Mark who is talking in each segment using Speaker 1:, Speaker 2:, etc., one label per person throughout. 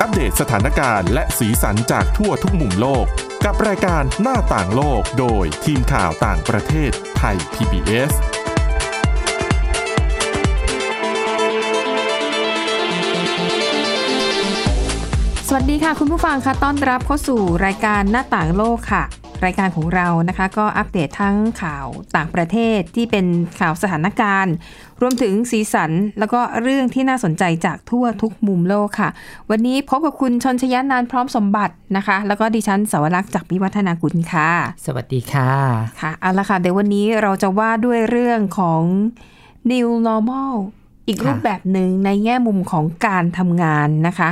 Speaker 1: อัปเดตสถานการณ์และสีสันจากทั่วทุกมุมโลก กับรายการหน้าต่างโลกโดยทีมข่าวต่างประเทศไทย PBS
Speaker 2: สวัสดีค่ะ คุณผู้ฟังคะต้อนรับเข้าสู่รายการหน้าต่างโลกค่ะ รายการของเรานะคะ ก็อัปเดตทั้งข่าวต่างประเทศที่เป็นข่าวสถานการณ์ รวมถึงสีสัน แล้วก็เรื่องที่น่าสนใจจากทั่วทุกมุมโลกค่ะ วันนี้พบกับคุณชนชยานานท์พร้อมสมบัตินะคะ แล้วก็ดิฉันสาวรักษ์จากวิวัฒนากุลค่ะ
Speaker 3: สวัสดีค่ะ
Speaker 2: ค่ะเอาละค่ะ เดี๋ยววันนี้เราจะว่าด้วยเรื่องของ new normal อีก
Speaker 3: ค่ะ
Speaker 2: รูปแบบหนึ่งในแง่มุมของการทำงานนะคะ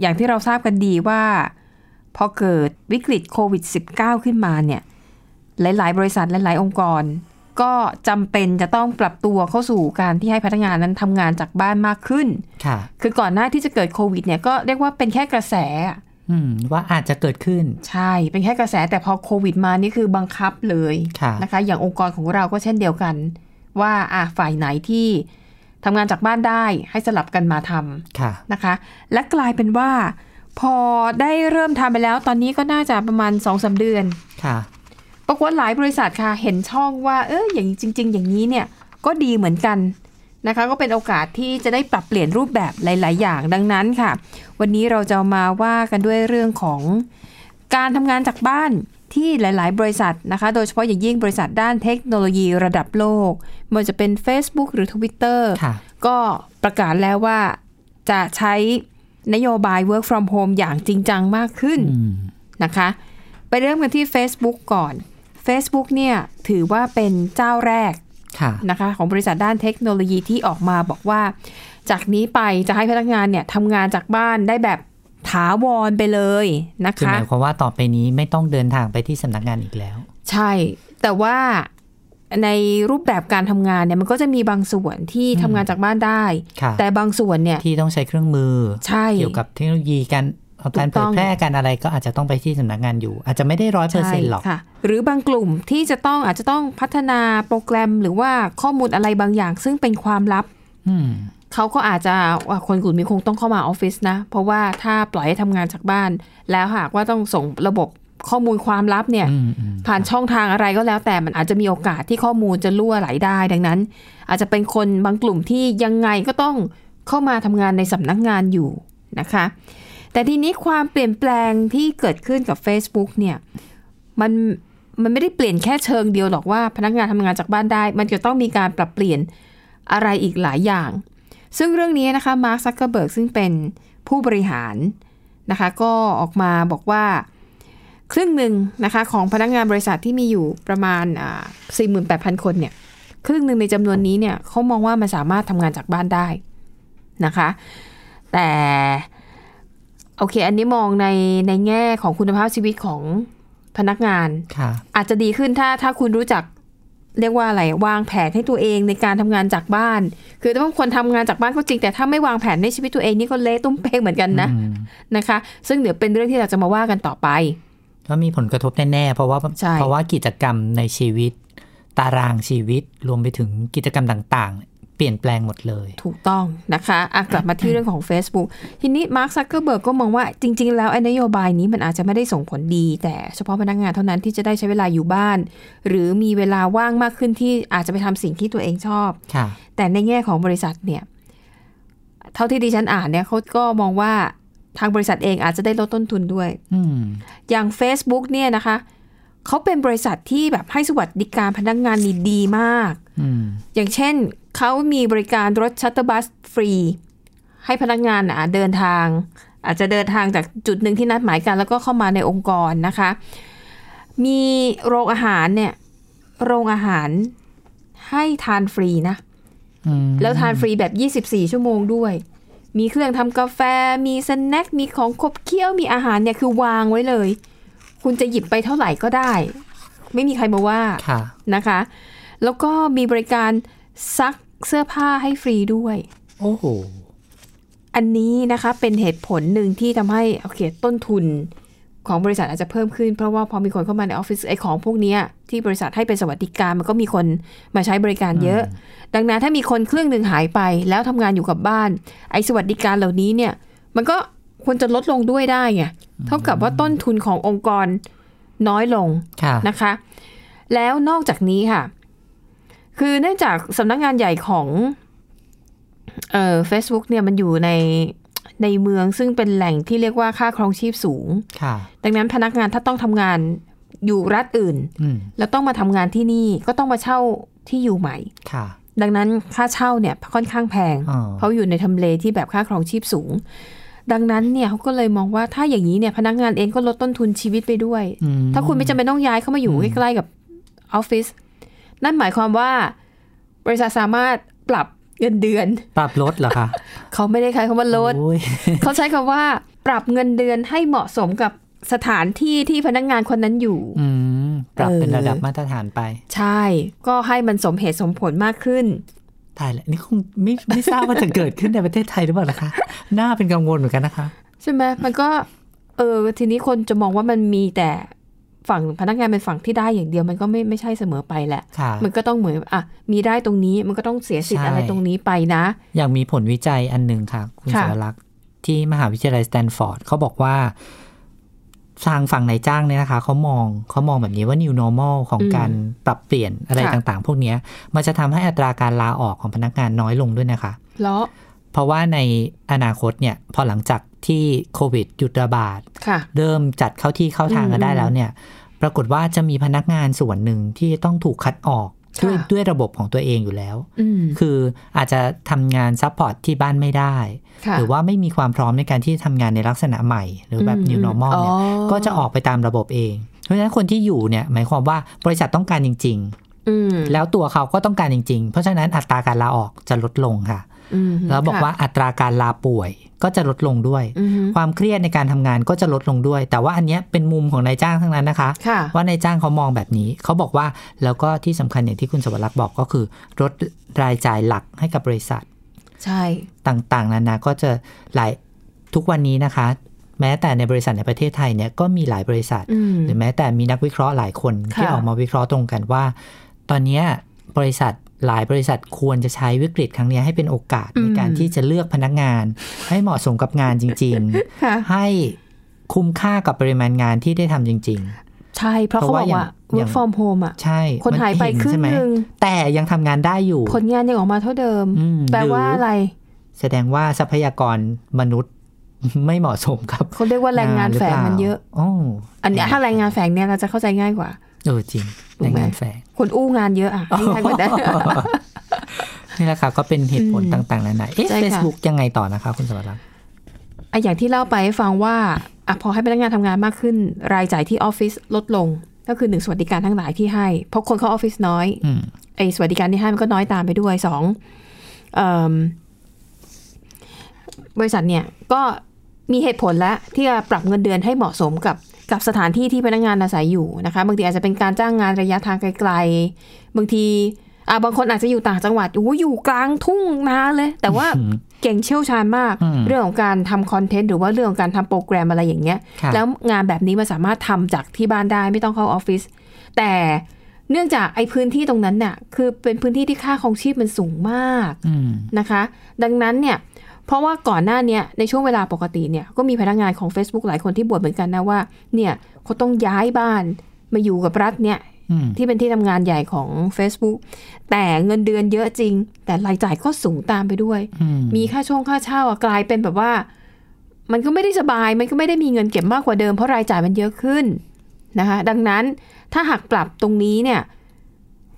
Speaker 2: อย่างที่เราทราบกันดีว่า พอเกิดวิกฤตโควิด -19 ขึ้นมาเนี่ย หลาย ๆ บริษัทหลาย ๆ องค์กร ก็จำเป็นจะต้องปรับตัวเข้าสู่การที่ให้พนักงานนั้นทำงานจากบ้านมากขึ้น
Speaker 3: ค่ะ
Speaker 2: คือก่อนหน้าที่จะเกิดโควิดเนี่ยก็เรียกว่าเป็นแค่กระแส
Speaker 3: อืม ว่าอาจจะเกิดขึ้น
Speaker 2: ใช่ เป็นแค่กระแสแต่พอโควิดมานี่คือบังคับเลย
Speaker 3: ค่ะ
Speaker 2: นะคะ อย่างองค์กรของเราก็เช่นเดียวกัน ว่าอ่ะฝ่ายไหนที่ทำงานจากบ้านได้ให้สลับกันมาท
Speaker 3: ค่ะ
Speaker 2: ำนะคะ และกลายเป็นว่า พอได้เริ่มทำไปแล้ว ตอนนี้ก็น่าจะประมาณ2อสเดือน
Speaker 3: ค่ะ
Speaker 2: ปรากฏหลายบริษัทค่ะ เห็นช่องว่า เอออย่างจริง ๆ อย่างนี้เนี่ยก็ดีเหมือนกันนะคะ ก็เป็นโอกาสที่จะได้ปรับเปลี่ยนรูปแบบหลาย ๆ อย่างดังนั้นค่ะ วันนี้เราจะมาว่ากันด้วยเรื่องของการทำงานจากบ้านที่หลาย ๆ บริษัทนะคะ โดยเฉพาะอย่างยิ่งบริษัทด้านเทคโนโลยีระดับโลกไม่ว่าจะเป็น Facebook หรือ Twitter
Speaker 3: ค่ะ
Speaker 2: ก็ประกาศแล้วว่าจะใช้นโยบาย work from home อย่างจริงจังมากขึ้น
Speaker 3: อืม
Speaker 2: นะคะ ไปเริ่มกันที่ Facebook ก่อน Facebook เนี่ยถือว่าเป็นเจ้าแรก
Speaker 3: ค่ะ
Speaker 2: นะคะ ของบริษัทด้านเทคโนโลยีที่ออกมาบอกว่า จากนี้ไปจะให้พนักงานเนี่ยทำงานจากบ้านได้แบบถาวรไปเลยนะ
Speaker 3: คือห
Speaker 2: คะ
Speaker 3: มายความว่าต่อไปนี้ไม่ต้องเดินทางไปที่สำนักงานอีกแล้ว
Speaker 2: ใช่ แต่ว่าในรูปแบบการทำงานเนี่ยมันก็จะมีบางส่วนที่ทำงานจากบ้านได้
Speaker 3: ค่ะ
Speaker 2: แต่บางส่วนเนี่ย
Speaker 3: ที่ต้องใช้เครื่องมือ
Speaker 2: ใช่
Speaker 3: เกี่ยวกับเทคโนโลยีการเอาการ
Speaker 2: ถูก
Speaker 3: เผ
Speaker 2: ต้
Speaker 3: ย
Speaker 2: อง
Speaker 3: แพร่การอะไรก็อาจจะต้องไปที่สำนักงานอยู่ อาจจะไม่ได้ร้อยเปอร์เซ็นต์หรอก
Speaker 2: ใช่ค่ะ หรือบางกลุ่มที่จะต้องอาจจะต้องพัฒนาโปรแกรมหรือว่าข้อมูลอะไรบางอย่าง ซึ่งเป็นความลับ
Speaker 3: อืม
Speaker 2: เขาก็อาจจะว่าคนกลุ่มนี้คงต้องเข้ามาออฟฟิศนะ เพราะว่าถ้าปล่อยให้ทำงานจากบ้าน แล้วหากว่าต้องส่งระบบข้อมูลความลับเนี่ย
Speaker 3: อืมอืม
Speaker 2: ผ่านช่องทางอะไรก็แล้วแต่มันอาจจะมีโอกาสที่ข้อมูลจะรั่วไหลได้ดังนั้น อาจจะเป็นคนบางกลุ่มที่ยังไงก็ต้องเข้ามาทำงานในสำนักงานอยู่นะคะ แต่ทีนี้ความเปลี่ยนแปลงที่เกิดขึ้นกับ Facebook เนี่ยมันมันไม่ได้เปลี่ยนแค่เชิงเดียวหรอกว่าพนักงานทำงานจากบ้านได้ มันจะต้องมีการปรับเปลี่ยนอะไรอีกหลายอย่าง ซึ่งเรื่องนี้นะคะมาร์คซักเกอร์เบิร์กซึ่งเป็นผู้บริหารนะคะ ก็ออกมาบอกว่า ครึ่งหนึ่งนะคะของพนักงานบริษัทที่มีอยู่ประมาณอ่า48,000 คนเนี่ยครึ่งหนึ่งในจำนวนนี้เนี่ยเขามองว่ามันสามารถทำงานจากบ้านได้นะคะ แต่ โอเค อันนี้มองในในแง่ของคุณภาพชีวิตของพนักงาน
Speaker 3: ค่ะ
Speaker 2: อาจจะดีขึ้นถ้าถ้าคุณรู้จักเรียกว่าอะไรวางแผนให้ตัวเองในการทำงานจากบ้าน คือถ้าบางคนทำงานจากบ้านก็จริงแต่ถ้าไม่วางแผนในชีวิตตัวเองนี่ก็เละตุ้มเป้งเหมือนกันนะ
Speaker 3: อืม
Speaker 2: นะคะ ซึ่งเดี๋ยวเป็นเรื่องที่เราจะมาว่ากันต่อไป
Speaker 3: ก็มีผลกระทบแน่ๆ เพราะว่า
Speaker 2: ใช่
Speaker 3: เพราะว่ากิจกรรมในชีวิต ตารางชีวิต รวมไปถึงกิจกรรมต่างๆ เปลี่ยนแปลงหมดเลย
Speaker 2: ถูกต้องนะคะอ่ะกลับมาที่เรื่องของ Facebook ทีนี้มาร์คซักเกอร์เบิร์กก็มองว่าจริง ๆ แล้วไอ้นโยบายนี้มันอาจจะไม่ได้ส่งผลดี แต่เฉพาะพนักงานเท่านั้นที่จะได้ใช้เวลาอยู่บ้าน หรือมีเวลาว่างมากขึ้นที่อาจจะไปทำสิ่งที่ตัวเองชอบ
Speaker 3: ค่ะ
Speaker 2: แต่ในแง่ของบริษัทเนี่ย เท่าที่ดิฉันอ่านเนี่ยเขาก็มองว่าทางบริษัทเองอาจจะได้ลดต้นทุนด้วย
Speaker 3: อืม
Speaker 2: อย่าง Facebook เนี่ยนะคะเขาเป็นบริษัทที่แบบให้สวัสดิการพนักงานนี่ดีมาก
Speaker 3: อืม
Speaker 2: อย่างเช่นเขามีบริการรถชัตเตอร์บัสฟรี ให้พนักงานอ่ะเดินทาง อาจจะเดินทางจากจุดหนึ่งที่นัดหมายกัน แล้วก็เข้ามาในองค์กรนะคะ มีโรงอาหารเนี่ยโรงอาหารให้ทานฟรีนะ
Speaker 3: อืม
Speaker 2: แล้วทานฟรีแบบ 24 ชั่วโมงด้วย มีเครื่องทำกาแฟ มีสแน็ค มีของขบเคี้ยว มีอาหารเนี่ยคือวางไว้เลย คุณจะหยิบไปเท่าไหร่ก็ได้ ไม่มีใครมาว่า
Speaker 3: ค่ะ
Speaker 2: นะคะ แล้วก็มีบริการซักเสื้อผ้าให้ฟรีด้วย
Speaker 3: โอ้โห
Speaker 2: อันนี้นะคะเป็นเหตุผลหนึ่งที่ทำให้โอเคต้นทุนของบริษัทอาจจะเพิ่มขึ้น เพราะว่าพอมีคนเข้ามาในออฟฟิศไอของพวกเนี้ยที่บริษัทให้เป็นสวัสดิการมันก็มีคนมาใช้บริการเยอะ ดังนั้นถ้ามีคนครึ่งหนึ่งหายไปแล้วทำงานอยู่กับบ้าน ไอสวัสดิการเหล่านี้เนี่ยมันก็ ควรจะลดลงด้วยได้ไงเท่ากับว่าต้นทุนขององค์กรน้อยลง
Speaker 3: ค่ะ
Speaker 2: นะคะ แล้วนอกจากนี้ค่ะ คือเนื่องจากสำนักงานใหญ่ของเอ่อ Facebook เนี่ยมันอยู่ในในเมืองซึ่งเป็นแหล่งที่เรียกว่าค่าครองชีพสูง
Speaker 3: ค่ะ
Speaker 2: ดังนั้นพนักงานถ้าต้องทำงานอยู่รัฐอื่น
Speaker 3: อืม
Speaker 2: แล้วต้องมาทำงานที่นี่ก็ต้องมาเช่าที่อยู่ใหม่
Speaker 3: ค่ะ
Speaker 2: ดังนั้นค่าเช่าเนี่ยค่อนข้างแพง
Speaker 3: อ๋อ
Speaker 2: เพราะอยู่ในทำเลที่แบบค่าครองชีพสูง ดังนั้นเนี่ยเขาก็เลยมองว่าถ้าอย่างนี้เนี่ยพนักงานเองก็ลดต้นทุนชีวิตไปด้วย
Speaker 3: อืม
Speaker 2: ถ้าคุณไม่จำเป็นต้องย้ายเข้ามาอยู่ใกล้ๆกับออฟฟิศนั่นหมายความว่า บริษัทสามารถปรับเงินเดือน
Speaker 3: ปรับลดเหรอคะ
Speaker 2: เขาไม่ได้ใช้คำว่าลด
Speaker 3: โอ้ย
Speaker 2: เขาใช้คำว่า ปรับเงินเดือนให้เหมาะสมกับสถานที่ที่พนักงานคนนั้นอยู่
Speaker 3: อืม ปรับเป็นระดับ
Speaker 2: เออ
Speaker 3: มาตรฐานไป
Speaker 2: ใช่ ก็ให้มันสมเหตุสมผลมากขึ้น
Speaker 3: ตายแล้วนี่คงไม่ไม่ทราบว่าจะเกิดขึ้นในประเทศไทยหรือเปล่านะคะ น่าเป็นกังวลเหมือนกันนะคะ
Speaker 2: ใช่ไหมมันก็ เออทีนี้คนจะมองว่ามันมีแต่ฝั่งพนักงานเป็นฝั่งที่ได้อย่างเดียวมันก็ไม่ไม่ใช่เสมอไปแหละ
Speaker 3: ค่ะ
Speaker 2: มันก็ต้องเหมือนอ่ะมีได้ตรงนี้มันก็ต้องเสียสิทธิ์อะไร
Speaker 3: ใช่
Speaker 2: ตรงนี้ไปนะ
Speaker 3: อย่างมีผลวิจัยอันหนึ่งค่ะ คุณ
Speaker 2: ค่ะ
Speaker 3: สวรักษ์ที่มหาวิทยาลัยสแตนฟอร์ดเขาบอกว่า ทางฝั่งนายจ้างเนี่ยนะคะเขามองเขามองแบบนี้ว่า new normal ของการปรับเปลี่ยนอะไร
Speaker 2: ค่ะ
Speaker 3: ต่างๆ พวกเนี้ย มันจะทำให้อัตราการลาออกของพนักงานน้อยลงด้วยนะคะ
Speaker 2: แล้ว
Speaker 3: เพราะว่าในอนาคตเนี่ยพอหลังจากที่โควิดหยุดระบาด
Speaker 2: ค่ะ
Speaker 3: เริ่มจัดเข้าที่เข้าทางกันได้
Speaker 2: อืม
Speaker 3: แล้วเนี่ย ปรากฏว่าจะมีพนักงานส่วนหนึ่งที่ต้องถูกคัดออกด้วย
Speaker 2: ค่ะ
Speaker 3: ด้วยระบบของตัวเองอยู่แล้ว
Speaker 2: อืม
Speaker 3: คืออาจจะทำงานซัพพอร์ตที่บ้านไม่ได้
Speaker 2: ค่ะ
Speaker 3: หรือว่าไม่มีความพร้อมในการที่ทำงานในลักษณะใหม่ หรือแบบ
Speaker 2: ม
Speaker 3: new normal เนี่ย
Speaker 2: อ๋
Speaker 3: ก็จะออกไปตามระบบเอง เพราะฉะนั้นคนที่อยู่เนี่ยหมายความว่าบริษัทต้องการจริง
Speaker 2: อืม
Speaker 3: ๆ แล้วตัวเขาก็ต้องการจริง ๆ เพราะฉะนั้นอัตราการลาออกจะลดลงค่ะ
Speaker 2: อืม
Speaker 3: แล้วบอกว่า
Speaker 2: ค่ะ
Speaker 3: อัตราการลาป่วยก็จะลดลงด้วย
Speaker 2: อืม
Speaker 3: ความเครียดในการทำงานก็จะลดลงด้วย แต่ว่าอันเนี้ยเป็นมุมของนายจ้างทั้งนั้นนะคะ
Speaker 2: ค่ะ
Speaker 3: ว่านายจ้างเขามองแบบนี้ เขาบอกว่าแล้วก็ที่สำคัญอย่างที่คุณสวรักษ์บอกก็คือลดรายจ่ายหลักให้กับบริษัท
Speaker 2: ใช่
Speaker 3: ต่างๆ นานาก็จะหลายทุกวันนี้นะคะ แม้แต่ในบริษัทในประเทศไทยเนี่ยก็มีหลายบริษัท
Speaker 2: อืม
Speaker 3: หรือแม้แต่มีนักวิเคราะห์หลายคนที่
Speaker 2: ค่ะ
Speaker 3: ออกมาวิเคราะห์ตรงกันว่า ตอนเนี้ยบริษัทหลายบริษัทควรจะใช้วิกฤตครั้งเนี้ยให้เป็นโอกาสในการที่จะเลือกพนักงาน ให้เหมาะสมกับงานจริง ๆ
Speaker 2: ค่ะ
Speaker 3: ให้คุ้มค่ากับปริมาณงานที่ได้ทำจริง
Speaker 2: ใช่ เพราะเขา
Speaker 3: เพ
Speaker 2: บ
Speaker 3: ราะ
Speaker 2: อก
Speaker 3: ว่า
Speaker 2: ว่า
Speaker 3: อย่าง
Speaker 2: work from home อ่ะ
Speaker 3: ๆ ใช่
Speaker 2: คนหายไป
Speaker 3: มั
Speaker 2: ครึ่ง
Speaker 3: เใช่ไหม
Speaker 2: หนึ่ง
Speaker 3: แต่ยังทำงานได้อยู่
Speaker 2: ผลงานยังออกมาเท่าเดิม
Speaker 3: อืม
Speaker 2: แปล
Speaker 3: หรือ
Speaker 2: ว่าอะไร
Speaker 3: แสดงว่าทรัพยากรมนุษย์ ไม่เหมาะสมครับ
Speaker 2: เขาเรียกว่าแรงงานแฝงมันเยอะ
Speaker 3: โอ้
Speaker 2: อันเนี้ยถ้าแรงงานแฝงเนี่ยเราจะเข้าใจง่ายกว่า
Speaker 3: เออจริง
Speaker 2: ถู
Speaker 3: แร
Speaker 2: ก
Speaker 3: ง
Speaker 2: ไหม
Speaker 3: งานแฝง
Speaker 2: คนอู้งานเยอะอ่ะนี่ใครก็ ได้
Speaker 3: นี่แหละค่ะก็เป็นเหตุผล
Speaker 2: อืม
Speaker 3: ต่างๆนานาเอ๊ะ
Speaker 2: ใช่ค่ะ
Speaker 3: เฟซบุ๊กยังไงต่อนะคะคุณสวรักษ์
Speaker 2: อ่ะอย่างที่เล่าไปให้ฟังว่าอะพอให้พนักงานทำงานมากขึ้น รายจ่ายที่ออฟฟิศลดลง ก็คือหนึ่งสวัสดิการทั้งหลายที่ให้ เพราะคนเข้าออฟฟิศน้อย
Speaker 3: อืม
Speaker 2: ไอ้สวัสดิการที่ให้มันก็น้อยตามไปด้วยสองเอิ่มบริษัทเนี่ยก็มีเหตุผลแล้วที่จะปรับเงินเดือนให้เหมาะสมกับกับสถานที่ที่พนักงานอาศัยอยู่นะคะบางทีอาจจะเป็นการจ้างงานระยะทางไกลๆ บางทีอ่ะบางคนอาจจะอยู่ต่างจังหวัดโอ้โหอยู่กลางทุ่งนาเลย แต่ว่า
Speaker 3: อืม
Speaker 2: เก่งเชี่ยวชาญมาก
Speaker 3: อืม
Speaker 2: เรื่องของการทำคอนเทนต์หรือว่าเรื่องของการทำโปรแกรมอะไรอย่างเงี้ย
Speaker 3: ค่ะ
Speaker 2: แล้วงานแบบนี้มันสามารถทำจากที่บ้านได้ไม่ต้องเข้าออฟฟิศแต่เนื่องจากไอ้พื้นที่ตรงนั้นน่ะคือเป็นพื้นที่ที่ค่าของชีพมันสูงมาก
Speaker 3: อืม
Speaker 2: นะคะ ดังนั้นเนี่ยเพราะว่าก่อนหน้าเนี้ยในช่วงเวลาปกติเนี่ยก็มีพนักงานของ Facebook หลายคนที่บ่นเหมือนกันนะว่าเนี่ยเขาต้องย้ายบ้านมาอยู่กับรัฐเนี่ย
Speaker 3: อืม
Speaker 2: ที่เป็นที่ทำงานใหญ่ของ Facebook แต่เงินเดือนเยอะจริง แต่รายจ่ายก็สูงตามไปด้วย
Speaker 3: อืม
Speaker 2: มีค่าช่วงค่าเช่าอะกลายเป็นแบบว่า มันก็ไม่ได้สบาย มันก็ไม่ได้มีเงินเก็บมากกว่าเดิมเพราะรายจ่ายมันเยอะขึ้นนะคะดังนั้นถ้าหากปรับตรงนี้เนี่ย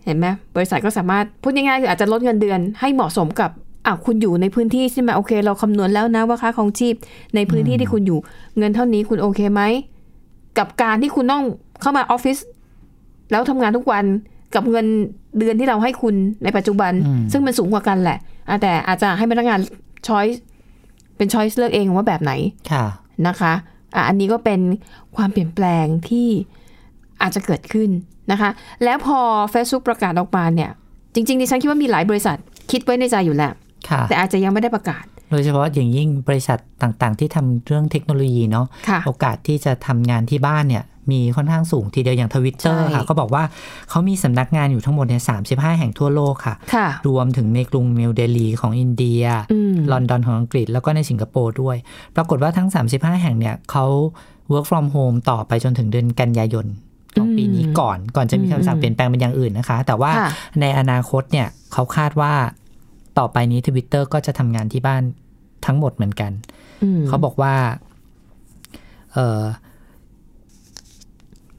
Speaker 2: เห็นไหมบริษัทก็สามารถพูดง่ายๆคืออาจจะลดเงินเดือนให้เหมาะสมกับอ่ะคุณอยู่ในพื้นที่ใช่ไหมโอเค เราคำนวณแล้วนะว่าค่าของชีพ ในพื้นที่ที่คุณอยู่เงินเท่านี้คุณโอเคไหมกับการที่คุณต้องเข้ามาออฟฟิศแล้วทำงานทุกวันกับเงินเดือนที่เราให้คุณในปัจจุบัน ซึ่งมันสูงกว่ากันแหละอ่ะแต่อาจจะให้พนักงานช้อยเป็นช้อยเลือกเองว่าแบบไหน
Speaker 3: ค่ะ
Speaker 2: นะคะอ่ะอันนี้ก็เป็นความเปลี่ยนแปลงที่อาจจะเกิดขึ้นนะคะ แล้วพอ Facebook ประกาศออกมาเนี่ย จริงๆดิฉันคิดว่ามีหลายบริษัทคิดไว้ในใจอยู่แล้ว
Speaker 3: ค่ะ
Speaker 2: แต่อาจจะยังไม่ได้ประกาศ
Speaker 3: โดยเฉพาะอย่างยิ่งบริษัทต่างๆ ที่ทำเรื่องเทคโนโลยีเนาะ
Speaker 2: ค่ะ
Speaker 3: โอกาสที่จะทำงานที่บ้านเนี่ยมีค่อนข้างสูงทีเดียวอย่างทวิตเตอร์
Speaker 2: ใช่
Speaker 3: ค่ะ ก็บอกว่าเขามีสำนักงานอยู่ทั้งหมดเนี่ยสาแห่งทั่วโลกค่ะ
Speaker 2: ค่ะ
Speaker 3: รวมถึงในกรุงนิวเดลีของอินเดีย
Speaker 2: อืม
Speaker 3: ลอนดอนของอังกฤษแล้วก็ในสิงคโปร์ด้วย ปรากฏว่าทั้ง 35 แห่งเนี่ยเขา work from home ต่อไปจนถึงเดือนกันยายนของปีนี้
Speaker 2: อืม
Speaker 3: ก่อน ก่อนจะมี
Speaker 2: อืม
Speaker 3: คำสั่งเปลี่ยนแปลงเป็นอย่างอื่นนะคะ แต่ว่า
Speaker 2: ค่ะ
Speaker 3: ในอนาคตเนี่ยเขาคาดว่าต่อไปนี้ทวิตเตอร์ก็จะทำงานที่บ้านทั้งหมดเหมือนกัน
Speaker 2: ม
Speaker 3: เขาบอกว่าเอ่อ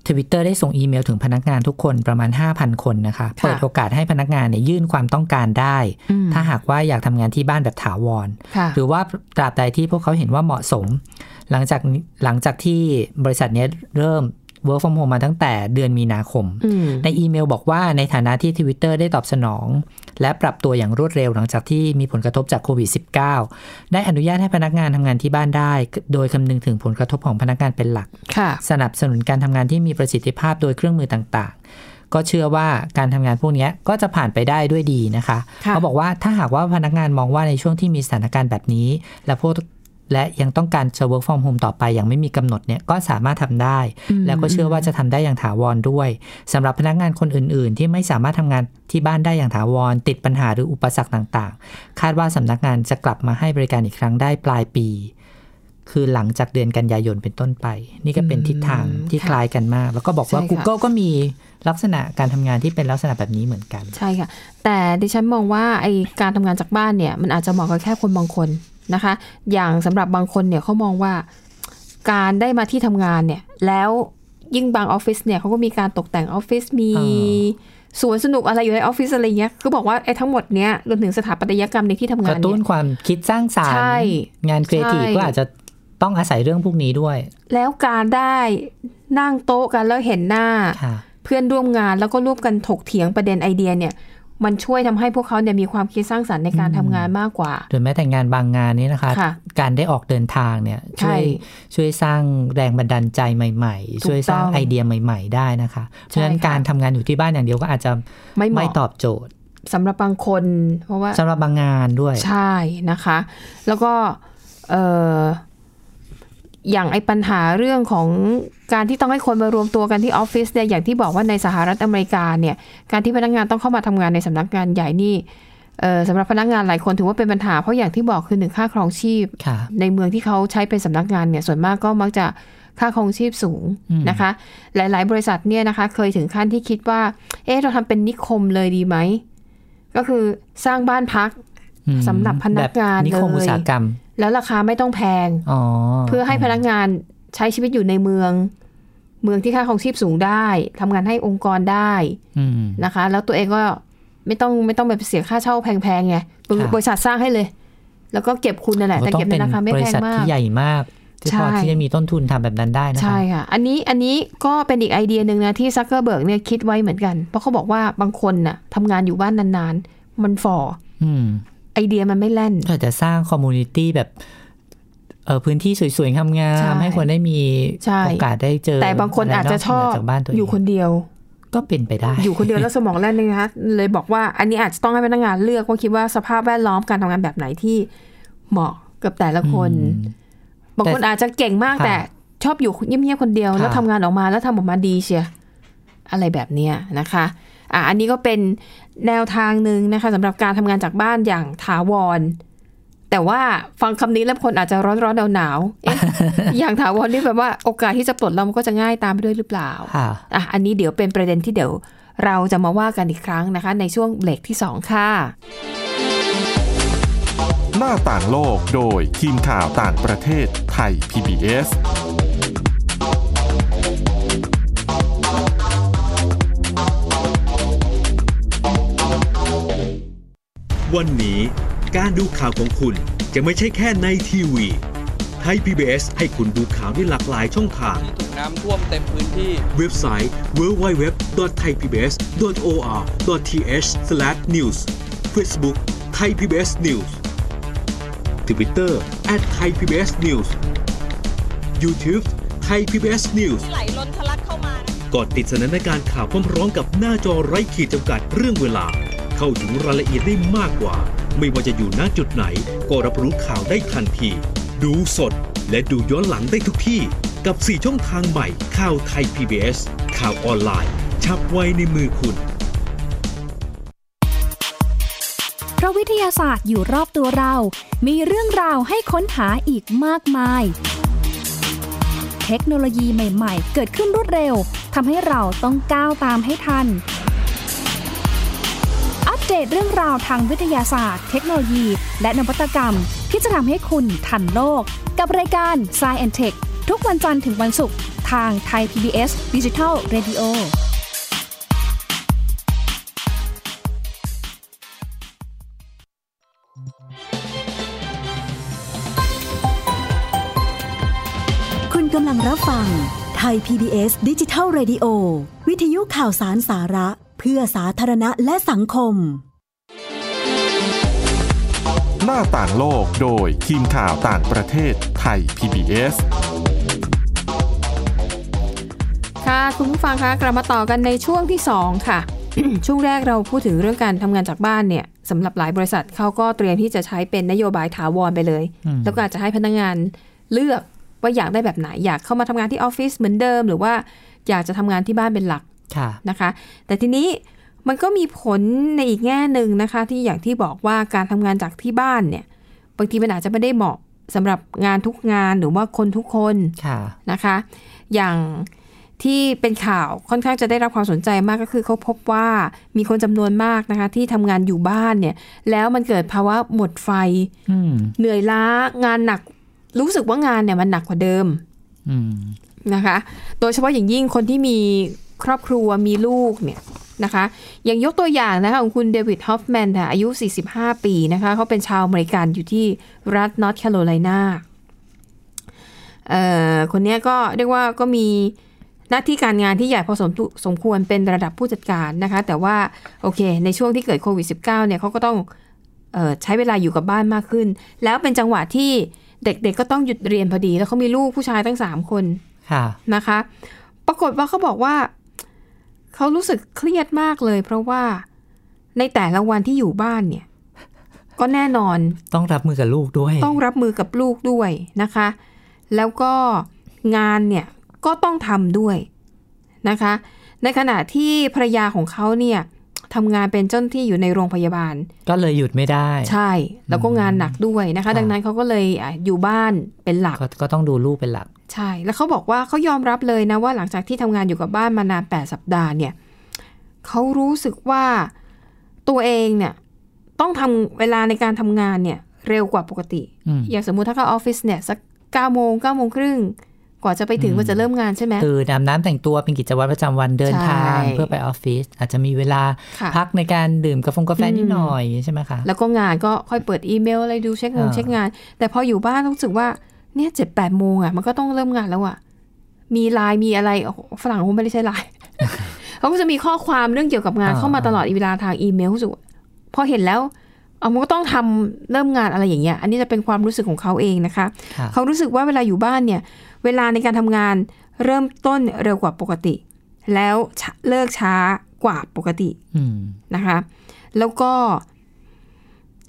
Speaker 3: ทวิตเตอร์ได้ส่งอีเมลถึงพนักงานทุกคนประมาณ 5,000 คนนะคะ เปิดโอกาสให้พนักงานเนี่ยยื่นความต้องการได้
Speaker 2: อืม
Speaker 3: ถ้าหากว่าอยากทำงานที่บ้านแบบถาวร
Speaker 2: ค่ะ
Speaker 3: หรือว่าตราบใดที่พวกเขาเห็นว่าเหมาะสม หลังจากนี้หลังจากที่บริษัทเนี้ยเริ่ม work from home มาตั้งแต่เดือนมีนาคม
Speaker 2: อืม
Speaker 3: ในอีเมลบอกว่าในฐานะที่ Twitter ได้ตอบสนอง และปรับตัวอย่างรวดเร็วหลังจากที่มีผลกระทบจากโควิด -19 ได้อนุญาตให้พนักงานทำงานที่บ้านได้ โดยคำนึงถึงผลกระทบของพนักงานเป็นหลัก
Speaker 2: ค่ะ
Speaker 3: สนับสนุนการทำงานที่มีประสิทธิภาพโดยเครื่องมือต่างๆ ก็เชื่อว่าการทำงานพวกเนี้ยก็จะผ่านไปได้ด้วยดีนะคะ
Speaker 2: ค่ะ
Speaker 3: เขาบอกว่าถ้าหากว่าพนักงานมองว่าในช่วงที่มีสถานการณ์แบบนี้ และพวกและยังต้องการจะ work from home ต่อไปอย่างไม่มีกำหนดเนี่ยก็สามารถทำได้ แล้วก็เชื่อว่าจะทำได้อย่างถาวรด้วยสำหรับพนักงานคนอื่นๆ ที่ไม่สามารถทำงานที่บ้านได้อย่างถาวร ติดปัญหาหรืออุปสรรคต่างๆ คาดว่าสำนักงานจะกลับมาให้บริการอีกครั้งได้ปลายปี คือหลังจากเดือนกันยายนเป็นต้นไป นี่ก็เป็นทิศทางที่
Speaker 2: ค่ะ
Speaker 3: คล้ายกันมาก แล้วก็บอกว่า
Speaker 2: ใช่ค่ะ
Speaker 3: Google ก็มีลักษณะการทำงานที่เป็นลักษณะแบบนี้เหมือนกัน
Speaker 2: ใช่ค่ะ แต่ดิฉันมองว่าไอการทำงานจากบ้านเนี่ย มันอาจจะเหมาะกับแค่คนบางคนนะคะ อย่างสำหรับบางคนเนี่ยเขามองว่าการได้มาที่ทำงานเนี่ย แล้วยิ่งบางออฟฟิศเนี่ยเขาก็มีการตกแต่งออฟฟิศมี
Speaker 3: อ่า
Speaker 2: สวนสนุกอะไรอยู่ในออฟฟิศอะไรเงี้ยก็บอกว่าไอ้ทั้งหมดเนี้ยรวมถึงสถาปัตยกรรมในที่ทำงาก น
Speaker 3: ระตุ้
Speaker 2: เนี่
Speaker 3: น
Speaker 2: ย
Speaker 3: ความคิดสร้างสรร
Speaker 2: ใช่
Speaker 3: ค์งานครีเอทีฟ
Speaker 2: ใช่
Speaker 3: ก็อาจจะต้องอาศัยเรื่องพวกนี้ด้วย
Speaker 2: แล้วการได้นั่งโต๊ะกันแล้วเห็นหน้า
Speaker 3: ค่ะ
Speaker 2: เพื่อนร่วมงานแล้วก็ร่วมกันถกเถียงประเด็นไอเดียเนี่ย มันช่วยทำให้พวกเขาเนี่ยมีความคิดสร้างสรรค์ในการทำงานมากกว่า
Speaker 3: หรือแม้แต่งานบางงานนี้นะคะ
Speaker 2: ค่ะ
Speaker 3: การได้ออกเดินทางเนี่ย
Speaker 2: ใช่
Speaker 3: ช่วยช่วยสร้างแรงบันดาลใจใหม่
Speaker 2: ถูก
Speaker 3: ๆ ช่วยสร้าง
Speaker 2: ต้อง
Speaker 3: ไอเดียใหม่ ๆ ได้นะคะเพ
Speaker 2: ใช่
Speaker 3: ราะฉะนั้น
Speaker 2: ค่ะ
Speaker 3: การทำงานอยู่ที่บ้านอย่างเดียวก็อาจจะ
Speaker 2: ไม่เห
Speaker 3: ไม่
Speaker 2: มาะ
Speaker 3: ตอบโจทย์
Speaker 2: สำหรับบางคน เพราะว่า
Speaker 3: สำหรับบางงานด้วย
Speaker 2: ใช่นะคะ แล้วก็เอออย่างไอปัญหาเรื่องของการที่ต้องให้คนมารวมตัวกันที่ออฟฟิศเนี่ยอย่างที่บอกว่าในสหรัฐอเมริกาเนี่ย การที่พนักงานต้องเข้ามาทำงานในสำนักงานใหญ่นี่เออสำหรับพนักงานหลายคนถือว่าเป็นปัญหาเพราะอย่างที่บอกคือหนึ่งค่าครองชีพ
Speaker 3: ค่ะ
Speaker 2: ในเมืองที่เขาใช้เป็นสำนักงานเนี่ยส่วนมากก็มักจะค่าครองชีพสูง
Speaker 3: อืม
Speaker 2: นะคะ หลาย ๆ บริษัทเนี่ยนะคะ เคยถึงขั้นที่คิดว่า เอ๊ะเราทำเป็นนิคมเลยดีไหม ก็คือสร้างบ้านพัก
Speaker 3: อืม
Speaker 2: สำหรับพนักงาน
Speaker 3: แบบนิคม
Speaker 2: เลย
Speaker 3: อุตสาหกรรม
Speaker 2: แล้วราคาไม่ต้องแพง
Speaker 3: อ๋อ
Speaker 2: เพื่อให้พนักงานใช้ชีวิตอยู่ในเมือง เมืองที่ค่าครองชีพสูงได้ทำงานให้องค์กรได้
Speaker 3: อืม
Speaker 2: นะคะ แล้วตัวเองก็ไม่ต้องไม่ต้องไปเสียค่าเช่าแพงๆไง
Speaker 3: ค่ะ
Speaker 2: บริษัทสร้างให้เลย แล้วก็เก็บคุณนั่นแหละแต่
Speaker 3: ต้อง
Speaker 2: เก็บในราคาไม่
Speaker 3: บ
Speaker 2: แพ
Speaker 3: ริ
Speaker 2: ง
Speaker 3: ษัท
Speaker 2: มา
Speaker 3: ที่
Speaker 2: ก
Speaker 3: ใหญ่มากที่พอ
Speaker 2: ใช่
Speaker 3: ที่จะมีต้นทุนทำแบบนั้นได้นะคะ
Speaker 2: ใช่ค่ะ อันนี้อันนี้ก็เป็นอีกไอเดียหนึ่งนะที่ซักเกอร์เบิร์กเนี่ยคิดไว้เหมือนกัน เพราะเขาบอกว่าบางคนน่ะทำงานอยู่บ้านนานๆ มันฝ่อ
Speaker 3: อืม
Speaker 2: ไอเดียมันไม่แล่น
Speaker 3: อาจจะสร้างคอมมูนิตี้แบบเออพื้นที่สวยๆงาม
Speaker 2: ใช่
Speaker 3: ๆให้คนได้มี
Speaker 2: ใช่
Speaker 3: โอกาสได้เจอ
Speaker 2: แต่บางคนอาจจะชอบ
Speaker 3: ไรนกเหนืจากบ้านตัวเอง
Speaker 2: อยู่คนเดียว
Speaker 3: ก็เป็นไปได้
Speaker 2: อยู่คนเดียวแล้วสมองแล่นเลยนะคะเลยบอกว่าอันนี้อาจจะต้องให้พนักงานเลือกว่าคิดว่าสภาพแวดล้อมการทำงานแบบไหนที่เหมาะกับแต่ละคน บางคนอาจจะเก่งมาก
Speaker 3: ค่ะ
Speaker 2: แต่ชอบอยู่เงียบๆคนเดียว
Speaker 3: ค่ะ
Speaker 2: แล้วทำงานออกมาแล้วทำออกมาดีเชียอะไรแบบเนี้ยนะคะอ่ะอันนี้ก็เป็นแนวทางหนึ่งนะคะสำหรับการทำงานจากบ้านอย่างถาวร แต่ว่าฟังคำนี้แล้วคนอาจจะร้อนร้อนๆหนาวๆเอ๊ะ อย่างถาวรนี่แบบว่าโอกาสที่จะปลดเรามันก็จะง่ายตามไปด้วยหรือเปล่า
Speaker 3: ค่ะ
Speaker 2: อ่ะ อันนี้เดี๋ยวเป็นประเด็นที่เดี๋ยวเราจะมาว่ากันอีกครั้งนะคะ ในช่วงเบรกที่ 2 ค่ะ
Speaker 1: หน้าต่างโลกโดยทีมข่าวต่างประเทศไทย PBS
Speaker 4: วันนี้การดูข่าวของคุณจะไม่ใช่แค่ในทีวีไทย PBS ให้คุณดูข่าวได้หลากหลายช่องทาง
Speaker 5: ที่ถูกน้ำท่วมเต็มพื้นที่
Speaker 4: เว็บไซต์ www.thaipbs.or.th/news Facebook Thai PBS News Twitter @thaipbsnews YouTube Thai PBS News
Speaker 6: ไหลล้นทะลักเข้ามานะ
Speaker 4: ก่อนติดสนันในการข่าวพร้อมร้องกับหน้าจอไร้ขีดจำกัดเรื่องเวลา เข้าถึงรายละเอียดได้มากกว่า ไม่ว่าจะอยู่ณจุดไหน ก็รับรู้ข่าวได้ทันที ดูสดและดูย้อนหลังได้ทุกที่ กับ 4 ช่องทางใหม่ข่าวไทย PBS ข่าวออนไลน์ ชับไว้ในมือคุณ
Speaker 5: เพราะวิทยาศาสตร์อยู่รอบตัวเรา มีเรื่องราวให้ค้นหาอีกมากมาย เทคโนโลยีใหม่ๆ เกิดขึ้นรวดเร็ว ทำให้เราต้องก้าวตามให้ทัน อัปเดตเรื่องราวทางวิทยาศาสตร์ เทคโนโลยี และนวัตกรรม ที่จะทำให้คุณทันโลก กับรายการ s c i e n t e c h ทุกวันจันทร์ถึงวันศุกร์ทางไทย PBS Digital Radio
Speaker 6: คุณกำลังรับฟังไทย PBS ดิจิทัล Radio วิทยุข่าวสารสาระ เพื่อสาธารณะและสังคม
Speaker 1: หน้าต่างโลกโดยทีมข่าวต่างประเทศไทย PBS
Speaker 2: ค่ะคุณผู้ฟังคะกลับมาต่อกันในช่วงที่ 2 ค่ะ ช่วงแรกเราพูดถึงเรื่องการทำงานจากบ้านเนี่ยสำหรับหลายบริษัทเขาก็เตรียมที่จะใช้เป็นนโยบายถาวรไปเลย
Speaker 3: อืม
Speaker 2: แล้วก็อาจจะให้พนักงานเลือกว่าอยากได้แบบไหนอยากเข้ามาทำงานที่ออฟฟิศเหมือนเดิม หรือว่าอยากจะทำงานที่บ้านเป็นหลัก
Speaker 3: ค่ะ
Speaker 2: นะคะแต่ทีนี้มันก็มีผลในอีกแง่หนึ่งนะคะ ที่อย่างที่บอกว่าการทำงานจากที่บ้านเนี่ยบางทีมันอาจจะไม่ได้เหมาะสำหรับงานทุกงานหรือว่าคนทุกคน
Speaker 3: ค่ะ
Speaker 2: นะคะ อย่างที่เป็นข่าวค่อนข้างจะได้รับความสนใจมากก็คือเขาพบว่ามีคนจำนวนมากนะคะ ที่ทำงานอยู่บ้านเนี่ยแล้วมันเกิดภาวะหมดไฟ
Speaker 3: อืม
Speaker 2: เหนื่อยล้างานหนักรู้สึกว่างานเนี่ยมันหนักกว่าเดิม
Speaker 3: อืม
Speaker 2: นะคะ โดยเฉพาะอย่างยิ่งคนที่มีครอบครัวมีลูกเนี่ยนะคะ อย่างยกตัวอย่างนะคะของคุณเดวิดฮอฟแมนค่ะอายุ 45 ปีนะคะเขาเป็นชาวอเมริกันอยู่ที่รัฐนอร์ทแคโรไลนาเอ่อคนเนี้ยก็เรียกว่าก็มีหน้าที่การงานที่ใหญ่พอสมตุสมควรเป็นระดับผู้จัดการนะคะ แต่ว่าโอเค ในช่วงที่เกิดโควิด -19 เนี่ยเขาก็ต้องเอ่อใช้เวลาอยู่กับบ้านมากขึ้น แล้วเป็นจังหวะที่เด็กๆก็ต้องหยุดเรียนพอดี แล้วเขามีลูกผู้ชายตั้ง 3 คน
Speaker 3: ค่ะ
Speaker 2: นะคะ ปรากฏว่าเขาบอกว่าเขารู้สึกเครียดมากเลย เพราะว่าในแต่ละวันที่อยู่บ้านเนี่ย ก็แน่นอน
Speaker 3: ต้องรับมือกับลูกด้วย
Speaker 2: ต้องรับมือกับลูกด้วยนะคะ แล้วก็งานเนี่ยก็ต้องทำด้วยนะคะ ในขณะที่ภรรยาของเขาเนี่ยทำงานเป็นเจ้าหน้าที่อยู่ในโรงพยาบาล
Speaker 3: ก็เลยหยุดไม่ได้
Speaker 2: ใช่ แล้วก็งานหนักด้วยนะคะ
Speaker 3: ค่ะ
Speaker 2: ดังนั้นเขาก็เลยอ่ะอยู่บ้านเป็นหลัก
Speaker 3: ก็ก็ต้องดูลูกเป็นหลัก
Speaker 2: ใช่ แล้วเขาบอกว่าเขายอมรับเลยนะว่าหลังจากที่ทำงานอยู่กับบ้านมานาน 8 สัปดาห์เนี่ยเขารู้สึกว่าตัวเองเนี่ยต้องทำเวลาในการทำงานเนี่ยเร็วกว่าปกติ
Speaker 3: อืม
Speaker 2: อย่างสมมุติถ้าเข้าออฟฟิศเนี่ยสัก9โมง9โมงครึ่งกว่าจะไปถึง
Speaker 3: อืม
Speaker 2: กว่าจะเริ่มงานใช่ไหม
Speaker 3: ตื่นอาบน้ำแต่งตัวเป็นกิจวัตรประจำวันเดินทาง
Speaker 2: ใช่
Speaker 3: เพื่อไปออฟฟิศอาจจะมีเวลา
Speaker 2: ค่ะ
Speaker 3: พักในการดื่มกาแฟงกาแฟ
Speaker 2: อืม
Speaker 3: นิดหน่อยใช่ไหมคะ
Speaker 2: แล้วก็งานก็ค่อยเปิดอีเมลอะไรดูเช็คงง
Speaker 3: อ่า
Speaker 2: เช็คงาน แต่พออยู่บ้านรู้สึกว่าเนี่ยเจ็ดแปดโมงอ่ะมันก็ต้องเริ่มงานแล้วอ่ะมีไลน์มีอะไรโอ้โหฝรั่งคงไม่ได้ใช้ไลน์ เขาก็จะมีข้อความเรื่องเกี่ยวกับงานเข้ามาตลอดเวลาทางอีเมลรู้สึกว่าพอเห็นแล้วเอามันก็ต้องทำเริ่มงานอะไรอย่างเงี้ยอันนี้จะเป็นความรู้สึกของเขาเองนะคะ
Speaker 3: ค่ะ
Speaker 2: เขารู้สึกว่าเวลาอยู่บ้านเนี่ย เวลาในการทำงานเริ่มต้นเร็วกว่าปกติ แล้วชะเลิกช้ากว่าปกติ
Speaker 3: อืม
Speaker 2: นะคะแล้วก็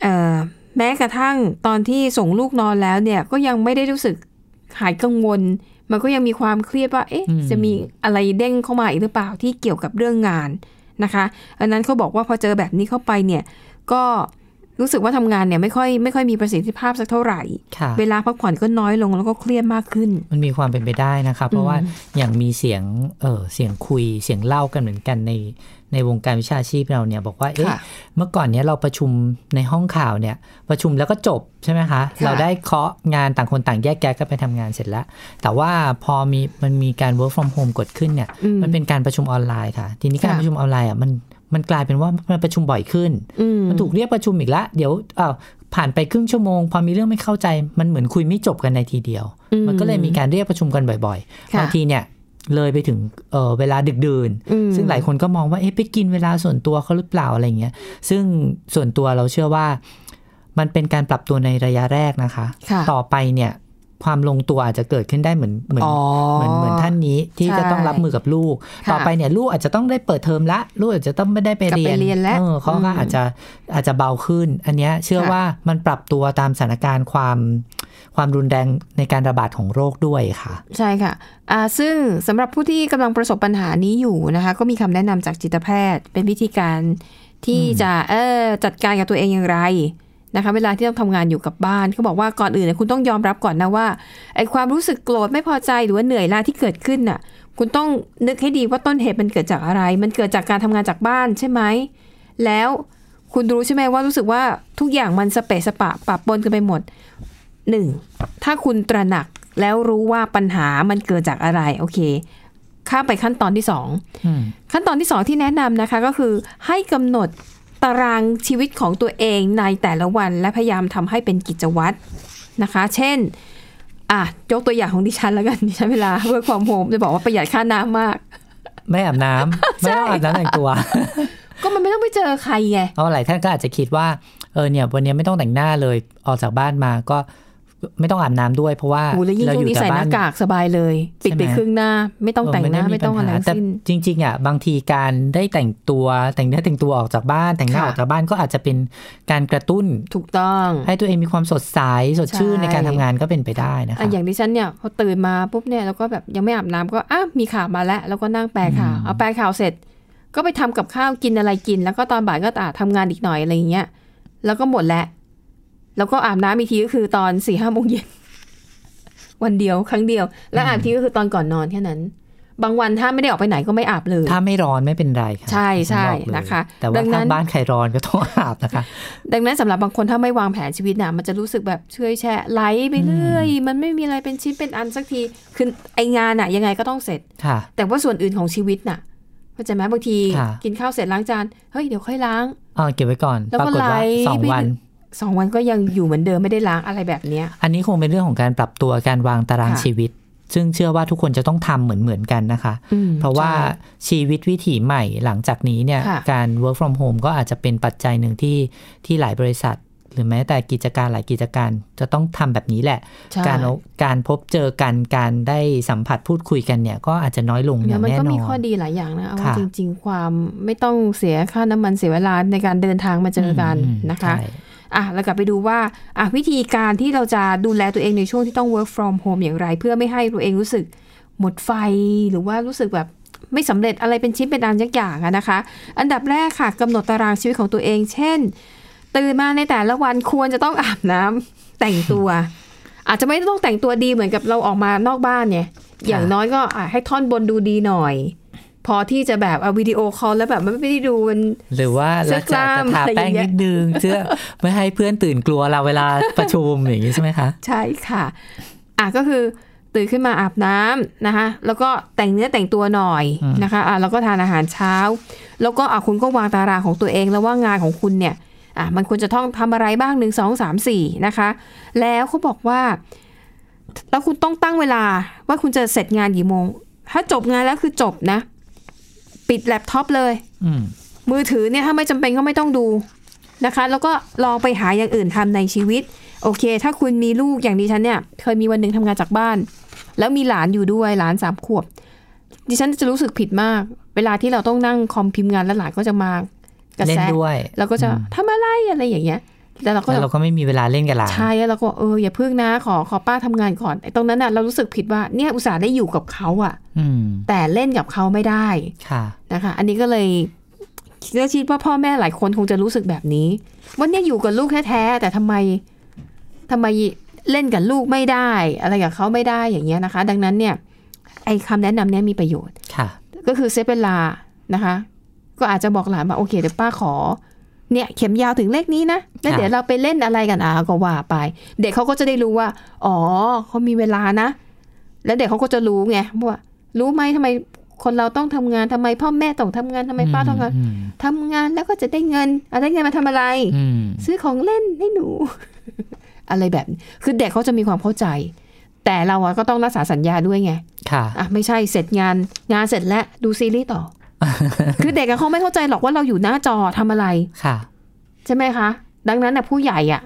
Speaker 2: เอ่อแม้กระทั่งตอนที่ส่งลูกนอนแล้วเนี่ยก็ยังไม่ได้รู้สึกหายกังวล มันก็ยังมีความเครียดว่าเอ๊ะ
Speaker 3: อืม
Speaker 2: จะมีอะไรเด้งเข้ามาอีกหรือเปล่าที่เกี่ยวกับเรื่องงานนะคะอันนั้นเขาบอกว่าพอเจอแบบนี้เข้าไปเนี่ยก็รู้สึกว่าทำงานเนี่ยไม่ค่อยไม่ค่อยมีประสิทธิภาพสักเท่าไหร่
Speaker 3: ค่ะ
Speaker 2: เวลาพักผ่อนก็น้อยลงแล้วก็เครียดมากขึ้น
Speaker 3: มันมีความเป็นไปได้นะคะ เพราะว่า
Speaker 2: อืม
Speaker 3: อย่างมีเสียงเออเสียงคุยเสียงเล่ากันเหมือนกันในในวงการวิชาชีพเราเนี่ย บอกว่าเอ๊ะ เมื่อก่อนเนี้ยเราประชุมในห้องข่าวเนี่ย ประชุมแล้วก็จบใช่ไหมคะ
Speaker 2: ค่ะ
Speaker 3: เราได้เคาะงานต่างคนต่างแยกแยกกันไปทำงานเสร็จแล้ว แต่ว่าพอมีมันมีการ work from home เกิดขึ้นเนี่ย
Speaker 2: อืม
Speaker 3: มันเป็นการประชุมออนไลน์ค่ะ ทีนี้การ
Speaker 2: ค่ะ
Speaker 3: ประชุมออนไลน์อ่ะมันมันกลายเป็นว่ามันประชุมบ่อยขึ้น
Speaker 2: อืม
Speaker 3: มันถูกเรียกประชุมอีกละเดี๋ยวอ้าวผ่านไปครึ่งชั่วโมง พอมีเรื่องไม่เข้าใจ มันเหมือนคุยไม่จบกันในทีเดียว
Speaker 2: อืม
Speaker 3: มันก็เลยมีการเรียกประชุมกันบ่อยๆ
Speaker 2: ค่ะ
Speaker 3: บางทีเนี่ยเลยไปถึงเอ่อเวลาดึกดื่น
Speaker 2: อืม
Speaker 3: ซึ่งหลายคนก็มองว่าเอ๊ะไปกินเวลาส่วนตัวเขาหรือเปล่าอะไรเงี้ยซึ่งส่วนตัวเราเชื่อว่า มันเป็นการปรับตัวในระยะแรกนะคะ
Speaker 2: ค่ะ
Speaker 3: ต่อไปเนี่ย ความลงตัวอาจจะเกิดขึ้นได้เหมือนเหมือน
Speaker 2: อ๋อ
Speaker 3: เหมือนเหมือนท่านนี้ที่
Speaker 2: ใช่
Speaker 3: จะต้องรับมือกับลูก
Speaker 2: ค่ะ
Speaker 3: ต่อไปเนี่ยลูกอาจจะต้องได้เปิดเทอมละลูกอาจจะต้องไม่ได้ไป
Speaker 2: กลับ
Speaker 3: เรี
Speaker 2: ไป
Speaker 3: ยน
Speaker 2: เรียนแล้ว
Speaker 3: ออเขาก็
Speaker 2: อืม
Speaker 3: อาจจะอาจจะเบาขึ้น อันเนี้ยเชื่อ
Speaker 2: ค่ะ
Speaker 3: ว่ามันปรับตัวตามสถานการณ์ความความรุนแรงในการระบาดของโรคด้วยค่ะ
Speaker 2: ใช่ค่ะอ่าซึ่งสำหรับผู้ที่กำลังประสบปัญหานี้อยู่นะคะ ก็มีคำแนะนำจากจิตแพทย์ เป็นวิธีการที่จะเออจัดการกับตัวเองอย่างไรนะคะ เวลาที่ต้องทำงานอยู่กับบ้านเขาบอกว่าก่อนอื่นเนี่ยคุณต้องยอมรับก่อนนะว่าไอ้ความรู้สึกโกรธไม่พอใจหรือว่าเหนื่อยล้าที่เกิดขึ้นน่ะ คุณต้องนึกให้ดีว่าต้นเหตุมันเกิดจากอะไร มันเกิดจากการทำงานจากบ้านใช่ไหม แล้วคุณรู้ใช่ไหมว่ารู้สึกว่าทุกอย่างมันสเปะสปะปะปนกันไปหมด หนึ่งถ้าคุณตระหนักแล้วรู้ว่าปัญหามันเกิดจากอะไร โอเค ข้ามไปขั้นตอนที่สอง
Speaker 3: อืม
Speaker 2: ขั้นตอนที่สองที่แนะนำนะคะก็คือให้กำหนดตารางชีวิตของตัวเองในแต่ละวันและพยายามทำให้เป็นกิจวัตรนะคะ เช่น อ่ะ ยกตัวอย่างของดิฉันแล้วกัน ดิฉันเวลาเวิร์กความโฮมจะบอกว่าประหยัดค่าน้ำมาก
Speaker 3: ไม่อาบน้ำ ไม่ต้องอาบน้ำแต่งตัว
Speaker 2: ก็มันไม่ต้องไปเจอใครไง
Speaker 3: เพราะหลายท่านก็อาจจะคิดว่าเออเนี่ยวันนี้ไม่ต้องแต่งหน้าเลยออกจากบ้านมาก็ไม่ต้องอาบน้ำด้วยเพราะว่า
Speaker 2: โอ้แล้วยิ่ง
Speaker 3: เรา
Speaker 2: ช่ว
Speaker 3: องยู่
Speaker 2: นี้
Speaker 3: แต่
Speaker 2: ใส่ห
Speaker 3: บ้า
Speaker 2: น้าน กากสบายเลย ปิด
Speaker 3: ใช่ไหม
Speaker 2: ไปครึ่งหน้า ไม่ต้องแต่งหน้า
Speaker 3: เด้
Speaker 2: ไม่ต้องอะไรทั้ง
Speaker 3: ปัญหา
Speaker 2: สิ้น
Speaker 3: จริงๆอ่ะบางทีการได้แต่งตัวแต่งเนื้อแต่งตัวออกจากบ้านแต่งหน้า
Speaker 2: ค่ะ
Speaker 3: ออกจากบ้านก็อาจจะเป็นการกระตุ้น
Speaker 2: ถูกต้อง
Speaker 3: ให้ตัวเองมีความสดใสสดชื่น
Speaker 2: ใช่
Speaker 3: ในการทำงานก็เป็นไปได้นะ
Speaker 2: อ่ะ
Speaker 3: คะ
Speaker 2: อย่างดิฉันเนี่ยพอตื่นมาปุ๊บเนี่ยแล้วก็แบบยังไม่อาบน้ำก็อ้ามีข่าวมาแล้ว แล้วก็นั่งแปลข่าว
Speaker 3: อืม
Speaker 2: เอาแปลข่าวเสร็จ ก็ไปทำกับข้าวกินอะไรกิน แล้วก็ตอนบ่ายก็อ่ะทำงานอีกหน่อยอะไรอย่างเงี้ยแล้วก็หมดแล้วแล้วก็อาบน้ำอีกทีก็คือตอนสี่ห้าโมงเย็น วันเดียวครั้งเดียว แล้วอาบทีก็คือตอนก่อนนอนแค่นั้น บางวันถ้าไม่ได้ออกไปไหนก็ไม่อาบเลย
Speaker 3: ถ้าไม่ร้อนไม่เป็นไรค่ะ
Speaker 2: ใช่ใช่
Speaker 3: ผมบอกเลย
Speaker 2: นะคะ
Speaker 3: แต่
Speaker 2: ดั
Speaker 3: ว่าง
Speaker 2: นั้
Speaker 3: ถ้าน บ้านใครร้อนก็ต้องอาบนะคะ
Speaker 2: ดังนั้นสำหรับบางคนถ้าไม่วางแผนชีวิตนะมันจะรู้สึกแบบเชื่อยแฉะไหลไปเรื่อยมันไม่มีอะไรเป็นชิ้นเป็นอันสักทีคือไองานอะยังไงก็ต้องเสร็จ
Speaker 3: ค่ะ
Speaker 2: แต่ว่าส่วนอื่นของชีวิตน่ะเข้าใจไหมบางที
Speaker 3: ค่ะ
Speaker 2: กินข้าวเสร็จล้างจานเฮ้ยเดี๋ยวค่อยล้าง
Speaker 3: เอาเก็บไว้ก่อน
Speaker 2: แล้ว
Speaker 3: ปรา
Speaker 2: ก็
Speaker 3: กฏว่า
Speaker 2: ไลฟ์
Speaker 3: สอง
Speaker 2: ไป
Speaker 3: วัน
Speaker 2: สองวันก็ยังอยู่เหมือนเดิมไม่ได้ล้างอะไรแบบเนี้ย
Speaker 3: อันนี้คงเป็นเรื่องของการปรับตัวการวางตาราง
Speaker 2: ค่ะ
Speaker 3: ชีวิต ซึ่งเชื่อว่าทุกคนจะต้องทำเหมือนเหมือนๆกันนะคะ
Speaker 2: อืม
Speaker 3: เพราะว่า
Speaker 2: ใช่
Speaker 3: ชีวิตวิถีใหม่หลังจากนี้เนี่ย
Speaker 2: ค่ะ
Speaker 3: การ work from home ก็อาจจะเป็นปัจจัยหนึ่งที่ที่หลายบริษัท หรือแม้แต่กิจการหลายกิจการจะต้องทำแบบนี้แหละ
Speaker 2: ใช่
Speaker 3: การเอาการพบเจอกันการได้สัมผัสพูดคุยกันเนี่ยก็อาจจะน้อยลงอ
Speaker 2: แล้
Speaker 3: ย่าว ง
Speaker 2: มัน
Speaker 3: แน่
Speaker 2: ก็
Speaker 3: นอ
Speaker 2: มีข้อน ดีหลายอย่างนะเอา
Speaker 3: ค่ะ
Speaker 2: จริง ๆ ความไม่ต้องเสียค่าน้ำมันเสียเวลาในการเดินทางมาเจอกัน
Speaker 3: ม
Speaker 2: นะคะ
Speaker 3: ใช่
Speaker 2: อ่ะเรากลับไปดูว่าอ่ะวิธีการที่เราจะดูแลตัวเองในช่วงที่ต้อง work from home อย่างไร เพื่อไม่ให้ตัวเองรู้สึกหมดไฟหรือว่ารู้สึกแบบไม่สำเร็จอะไรเป็นชิ้นเป็นอันยักอย่างอะนะคะ อันดับแรกค่ะกำหนดตารางชีวิตของตัวเอง เช่น ตื่นมาในแต่ละวันควรจะต้องอาบน้ำแต่งตัว อาจจะไม่ต้องแต่งตัวดีเหมือนกับเราออกมานอกบ้านเนี่ย อย่างน้อยก็อ่ะให้ท่อนบนดูดีหน่อย พอที่จะแบบเอาวิดีโอคอลแล้วแบบไม่ได้ดูมัน
Speaker 3: หรือว่า
Speaker 2: เสื้
Speaker 3: เรา
Speaker 2: อก
Speaker 3: จะ
Speaker 2: ล้าม
Speaker 3: ทา
Speaker 2: อะไรอ
Speaker 3: แป้
Speaker 2: ย่าง งเงี้ย
Speaker 3: นิดนึงเพื่อไม่ให้เพื่อนตื่นกลัวเราเวลาประชุมอย่างนี้ใช่ไหมคะ
Speaker 2: ใช่ค่ะ อ่ะก็คือตื่นขึ้นมาอาบน้ำนะคะ แล้วก็แต่งเนื้อแต่งตัวหน่อย
Speaker 3: อืม
Speaker 2: นะคะ อ่ะแล้วก็ทานอาหารเช้า แล้วก็อ่ะคุณก็วางตารางของตัวเองแล้วว่างานของคุณเนี่ย อ่ะมันควรจะต้องทำอะไรบ้างหนึ่งสองสามสี่นะคะ แล้วเขาบอกว่า แล้วคุณต้องตั้งเวลาว่าคุณจะเสร็จงานกี่โมง ถ้าจบงานแล้วคือจบนะ ปิดแล็ปท็อปเลย
Speaker 3: อืม
Speaker 2: มือถือเนี่ยถ้าไม่จำเป็นก็ไม่ต้องดูนะคะ แล้วก็ลองไปหาอย่างอื่นทำในชีวิต โอเค ถ้าคุณมีลูกอย่างดิฉันเนี่ย เคยมีวันหนึ่งทำงานจากบ้าน แล้วมีหลานอยู่ด้วยหลานสามขวบ ดิฉันจะรู้สึกผิดมาก เวลาที่เราต้องนั่งคอมพิมพ์งานแล้วหลานก็จะมากระ
Speaker 3: เล่น
Speaker 2: แซะ
Speaker 3: ด้วย
Speaker 2: เราก็จะ
Speaker 3: อืม
Speaker 2: ทำอะไรอะไรอย่างเงี้ยแล้วเราก็
Speaker 3: แล้วเราก็ไม่มีเวลาเล่นกับหลาน
Speaker 2: ใช่แล้วเราก็บอกเอออย่าเพิ่งนะขอขอป้าทำงานก่อนไอ้ตรงนั้นน่ะเรารู้สึกผิดว่าเนี่ยอุตส่าห์ได้อยู่กับเขาอะ
Speaker 3: อืม
Speaker 2: แต่เล่นกับเขาไม่ได้
Speaker 3: ค่ะ
Speaker 2: นะคะ อันนี้ก็เลยเชื่อชีดว่าพ่อแม่หลายคนคงจะรู้สึกแบบนี้ ว่าเนี่ยอยู่กับลูกแท้ๆแต่ทำไมทำไมเล่นกับลูกไม่ได้ อะไรกับเขาไม่ได้อย่างเงี้ยนะคะ ดังนั้นเนี่ยไอ้คำแนะนำเนี่ยมีประโยชน์
Speaker 3: ค่ะ
Speaker 2: ก็คือเซฟเวลานะคะ ก็อาจจะบอกหลานว่าโอเคเดี๋ยวป้าขอ เนี่ยเข็มยาวถึงเลขนี้นะแล้ว
Speaker 3: ค่ะ
Speaker 2: เดี๋ยวเราไปเล่นอะไรกันอ่ะก็ว่าไป เด็กเขาก็จะได้รู้ว่า อ๋อเขามีเวลานะ แล้วเด็กเขาก็จะรู้ไงว่ารู้ไหมทำไมคนเราต้องทำงานทำไม พ่อแม่ต้องทำงานทำไมป้าต้องทำงาน
Speaker 3: ม
Speaker 2: ทำงานแล้วก็จะได้เงินอะได้เงินมาทำอะไร
Speaker 3: อืม
Speaker 2: ซื้อของเล่นให้หนู อะไรแบบนี้คือเด็กเขาจะมีความเข้าใจ แต่เราอะก็ต้องรักษาสัญญาด้วยไง
Speaker 3: ค่ะ
Speaker 2: อ่ะไม่ใช่เสร็จงานงานเสร็จแล้วดูซีรีส์ต่อ คือเด็กอะเขาไม่เข้าใจหรอกว่าเราอยู่หน้าจอทำอะไร
Speaker 3: ค่ะ
Speaker 2: ใช่ไหมคะ ดังนั้นน่ะผู้ใหญ่อะ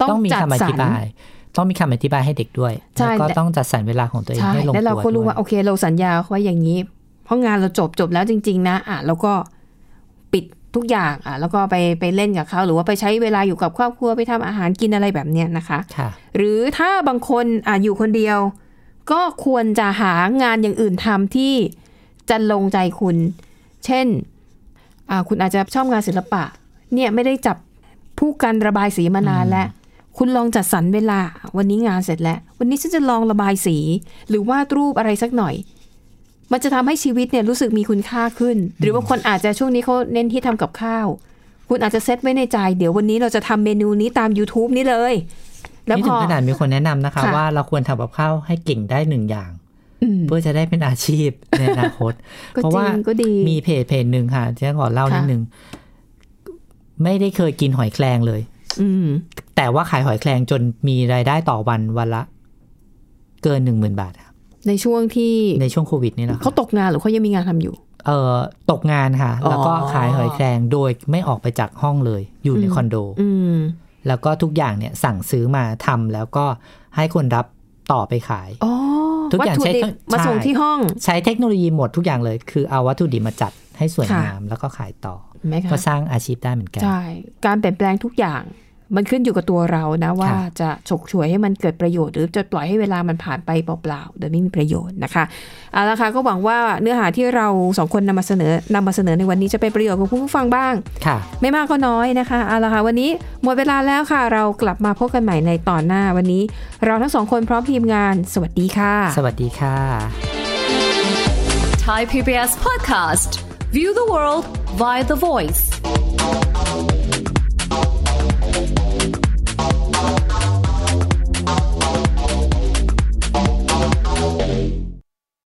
Speaker 3: ต้องมี
Speaker 2: จัด
Speaker 3: คำอ
Speaker 2: สร
Speaker 3: ธิ
Speaker 2: ร
Speaker 3: บาย ต้องมีคำอธิบายให้เด็กด้วย
Speaker 2: ใช่
Speaker 3: แล้วก็
Speaker 2: แต่
Speaker 3: ต้องจัดสรรเวลาของตัวเอง
Speaker 2: ใช่
Speaker 3: ให้ลงตัว
Speaker 2: แล้วเราก็รู้ว่า
Speaker 3: ด้
Speaker 2: โอ
Speaker 3: วย
Speaker 2: เคเราสัญญาไว้อย่างนี้ เพราะงานเราจบจบแล้วจริง ๆ นะอ่ะแล้วก็ปิดทุกอย่างอ่ะแล้วก็ไปไปเล่นกับเขาหรือว่าไปใช้เวลาอยู่กับครอบครัวไปทำอาหารกินอะไรแบบเนี้ยนะคะ
Speaker 3: ค่ะ
Speaker 2: หรือถ้าบางคนอ่ะอยู่คนเดียว ก็ควรจะหางานอย่างอื่นทำที่จะลงใจคุณ เช่นอ่ะคุณอาจจะชอบงานศิลปะ เนี่ยไม่ได้จับผู้กันระบายสีมานานแล้ว คุณลองจัดสรรเวลา วันนี้งานเสร็จแล้ว วันนี้ฉันจะลองระบายสี หรือวาดรูปอะไรสักหน่อย มันจะทำให้ชีวิตเนี่ยรู้สึกมีคุณค่าขึ้น หรือบางคนอาจจะช่วงนี้เขาเน้นที่ทำกับข้าว คุณอาจจะเซตไว้ในใจ เดี๋ยววันนี้เราจะทำเมนูนี้ตาม YouTube นี้เลย แล้ว
Speaker 3: นี่
Speaker 2: พ
Speaker 3: ถึ
Speaker 2: อ
Speaker 3: งขนาดมีคนแนะนำนะคะ
Speaker 2: ค่ะ
Speaker 3: ว่าเราควรทำกับข้าวให้เก่งได้หนึ่งอย่าง
Speaker 2: อืม
Speaker 3: เพื่อจะได้เป็นอาชีพในอนาคต
Speaker 2: ก็
Speaker 3: เพราะ
Speaker 2: จริ
Speaker 3: ว่าง
Speaker 2: ก็ดี
Speaker 3: มีเพจเพจหนึ่งค่ะที่ขอเล่า
Speaker 2: ค่ะ
Speaker 3: นิดนึง ไม่ได้เคยกินหอยแครงเลย
Speaker 2: อืม
Speaker 3: แต่ว่าขายหอยแครงจนมีรายได้ต่อวันวันละ เกินหนึ่งหมื่นบาทอะ
Speaker 2: ในช่วงที่
Speaker 3: ในช่วงโควิดนี่แหละค่ะ
Speaker 2: เขาตกงานหรือเขายังมีงานทำอยู่
Speaker 3: เอ่อตกงานค่ะ
Speaker 2: อ๋อ
Speaker 3: แล้วก็ขายหอยแครงโดยไม่ออกไปจากห้องเลย อยู่ในคอนโด
Speaker 2: อืม
Speaker 3: แล้วก็ทุกอย่างเนี่ยสั่งซื้อมาทำแล้วก็ให้คนรับต่อไปขาย
Speaker 2: อ๋อ
Speaker 3: ทุกอย่าง
Speaker 2: วัตถุดิบ
Speaker 3: ใช้ทั้ง
Speaker 2: มาส่ง
Speaker 3: ใช่
Speaker 2: ที่ห้อง
Speaker 3: ใช้เทคโนโลยีหมดทุกอย่างเลย คือเอาวัตถุดิบมาจัดให้สวย
Speaker 2: ค่ะ
Speaker 3: งามแล้วก็ขายต่อ
Speaker 2: เห็นไหมคะ
Speaker 3: ก็สร้างอาชีพได้เหมือนกัน
Speaker 2: ใช่ การเปลี่ยนแปลงทุกอย่าง มันขึ้นอยู่กับตัวเรานะ ว่า
Speaker 3: ค่ะ
Speaker 2: จะฉกฉวยให้มันเกิดประโยชน์ หรือจะปล่อยให้เวลามันผ่านไปเปล่าๆโดยไม่มีประโยชน์นะคะเอาละค่ะก็หวังว่าเนื้อหาที่เราสองคนนำมาเสนอนำมาเสนอในวันนี้จะเป็นประโยชน์กับคุณผู้ฟังบ้าง
Speaker 3: ค่ะ
Speaker 2: ไม่มากก็น้อยนะคะเอาละค่ะวันนี้หมดเวลาแล้วค่ะ เรากลับมาพบกันใหม่ในตอนหน้าวันนี้ เราทั้งสองคนพร้อมทีมงาน สวัสดีค่ะ
Speaker 3: สวัสดีค่ะ
Speaker 7: Thai PBS podcast. View the world via the voice.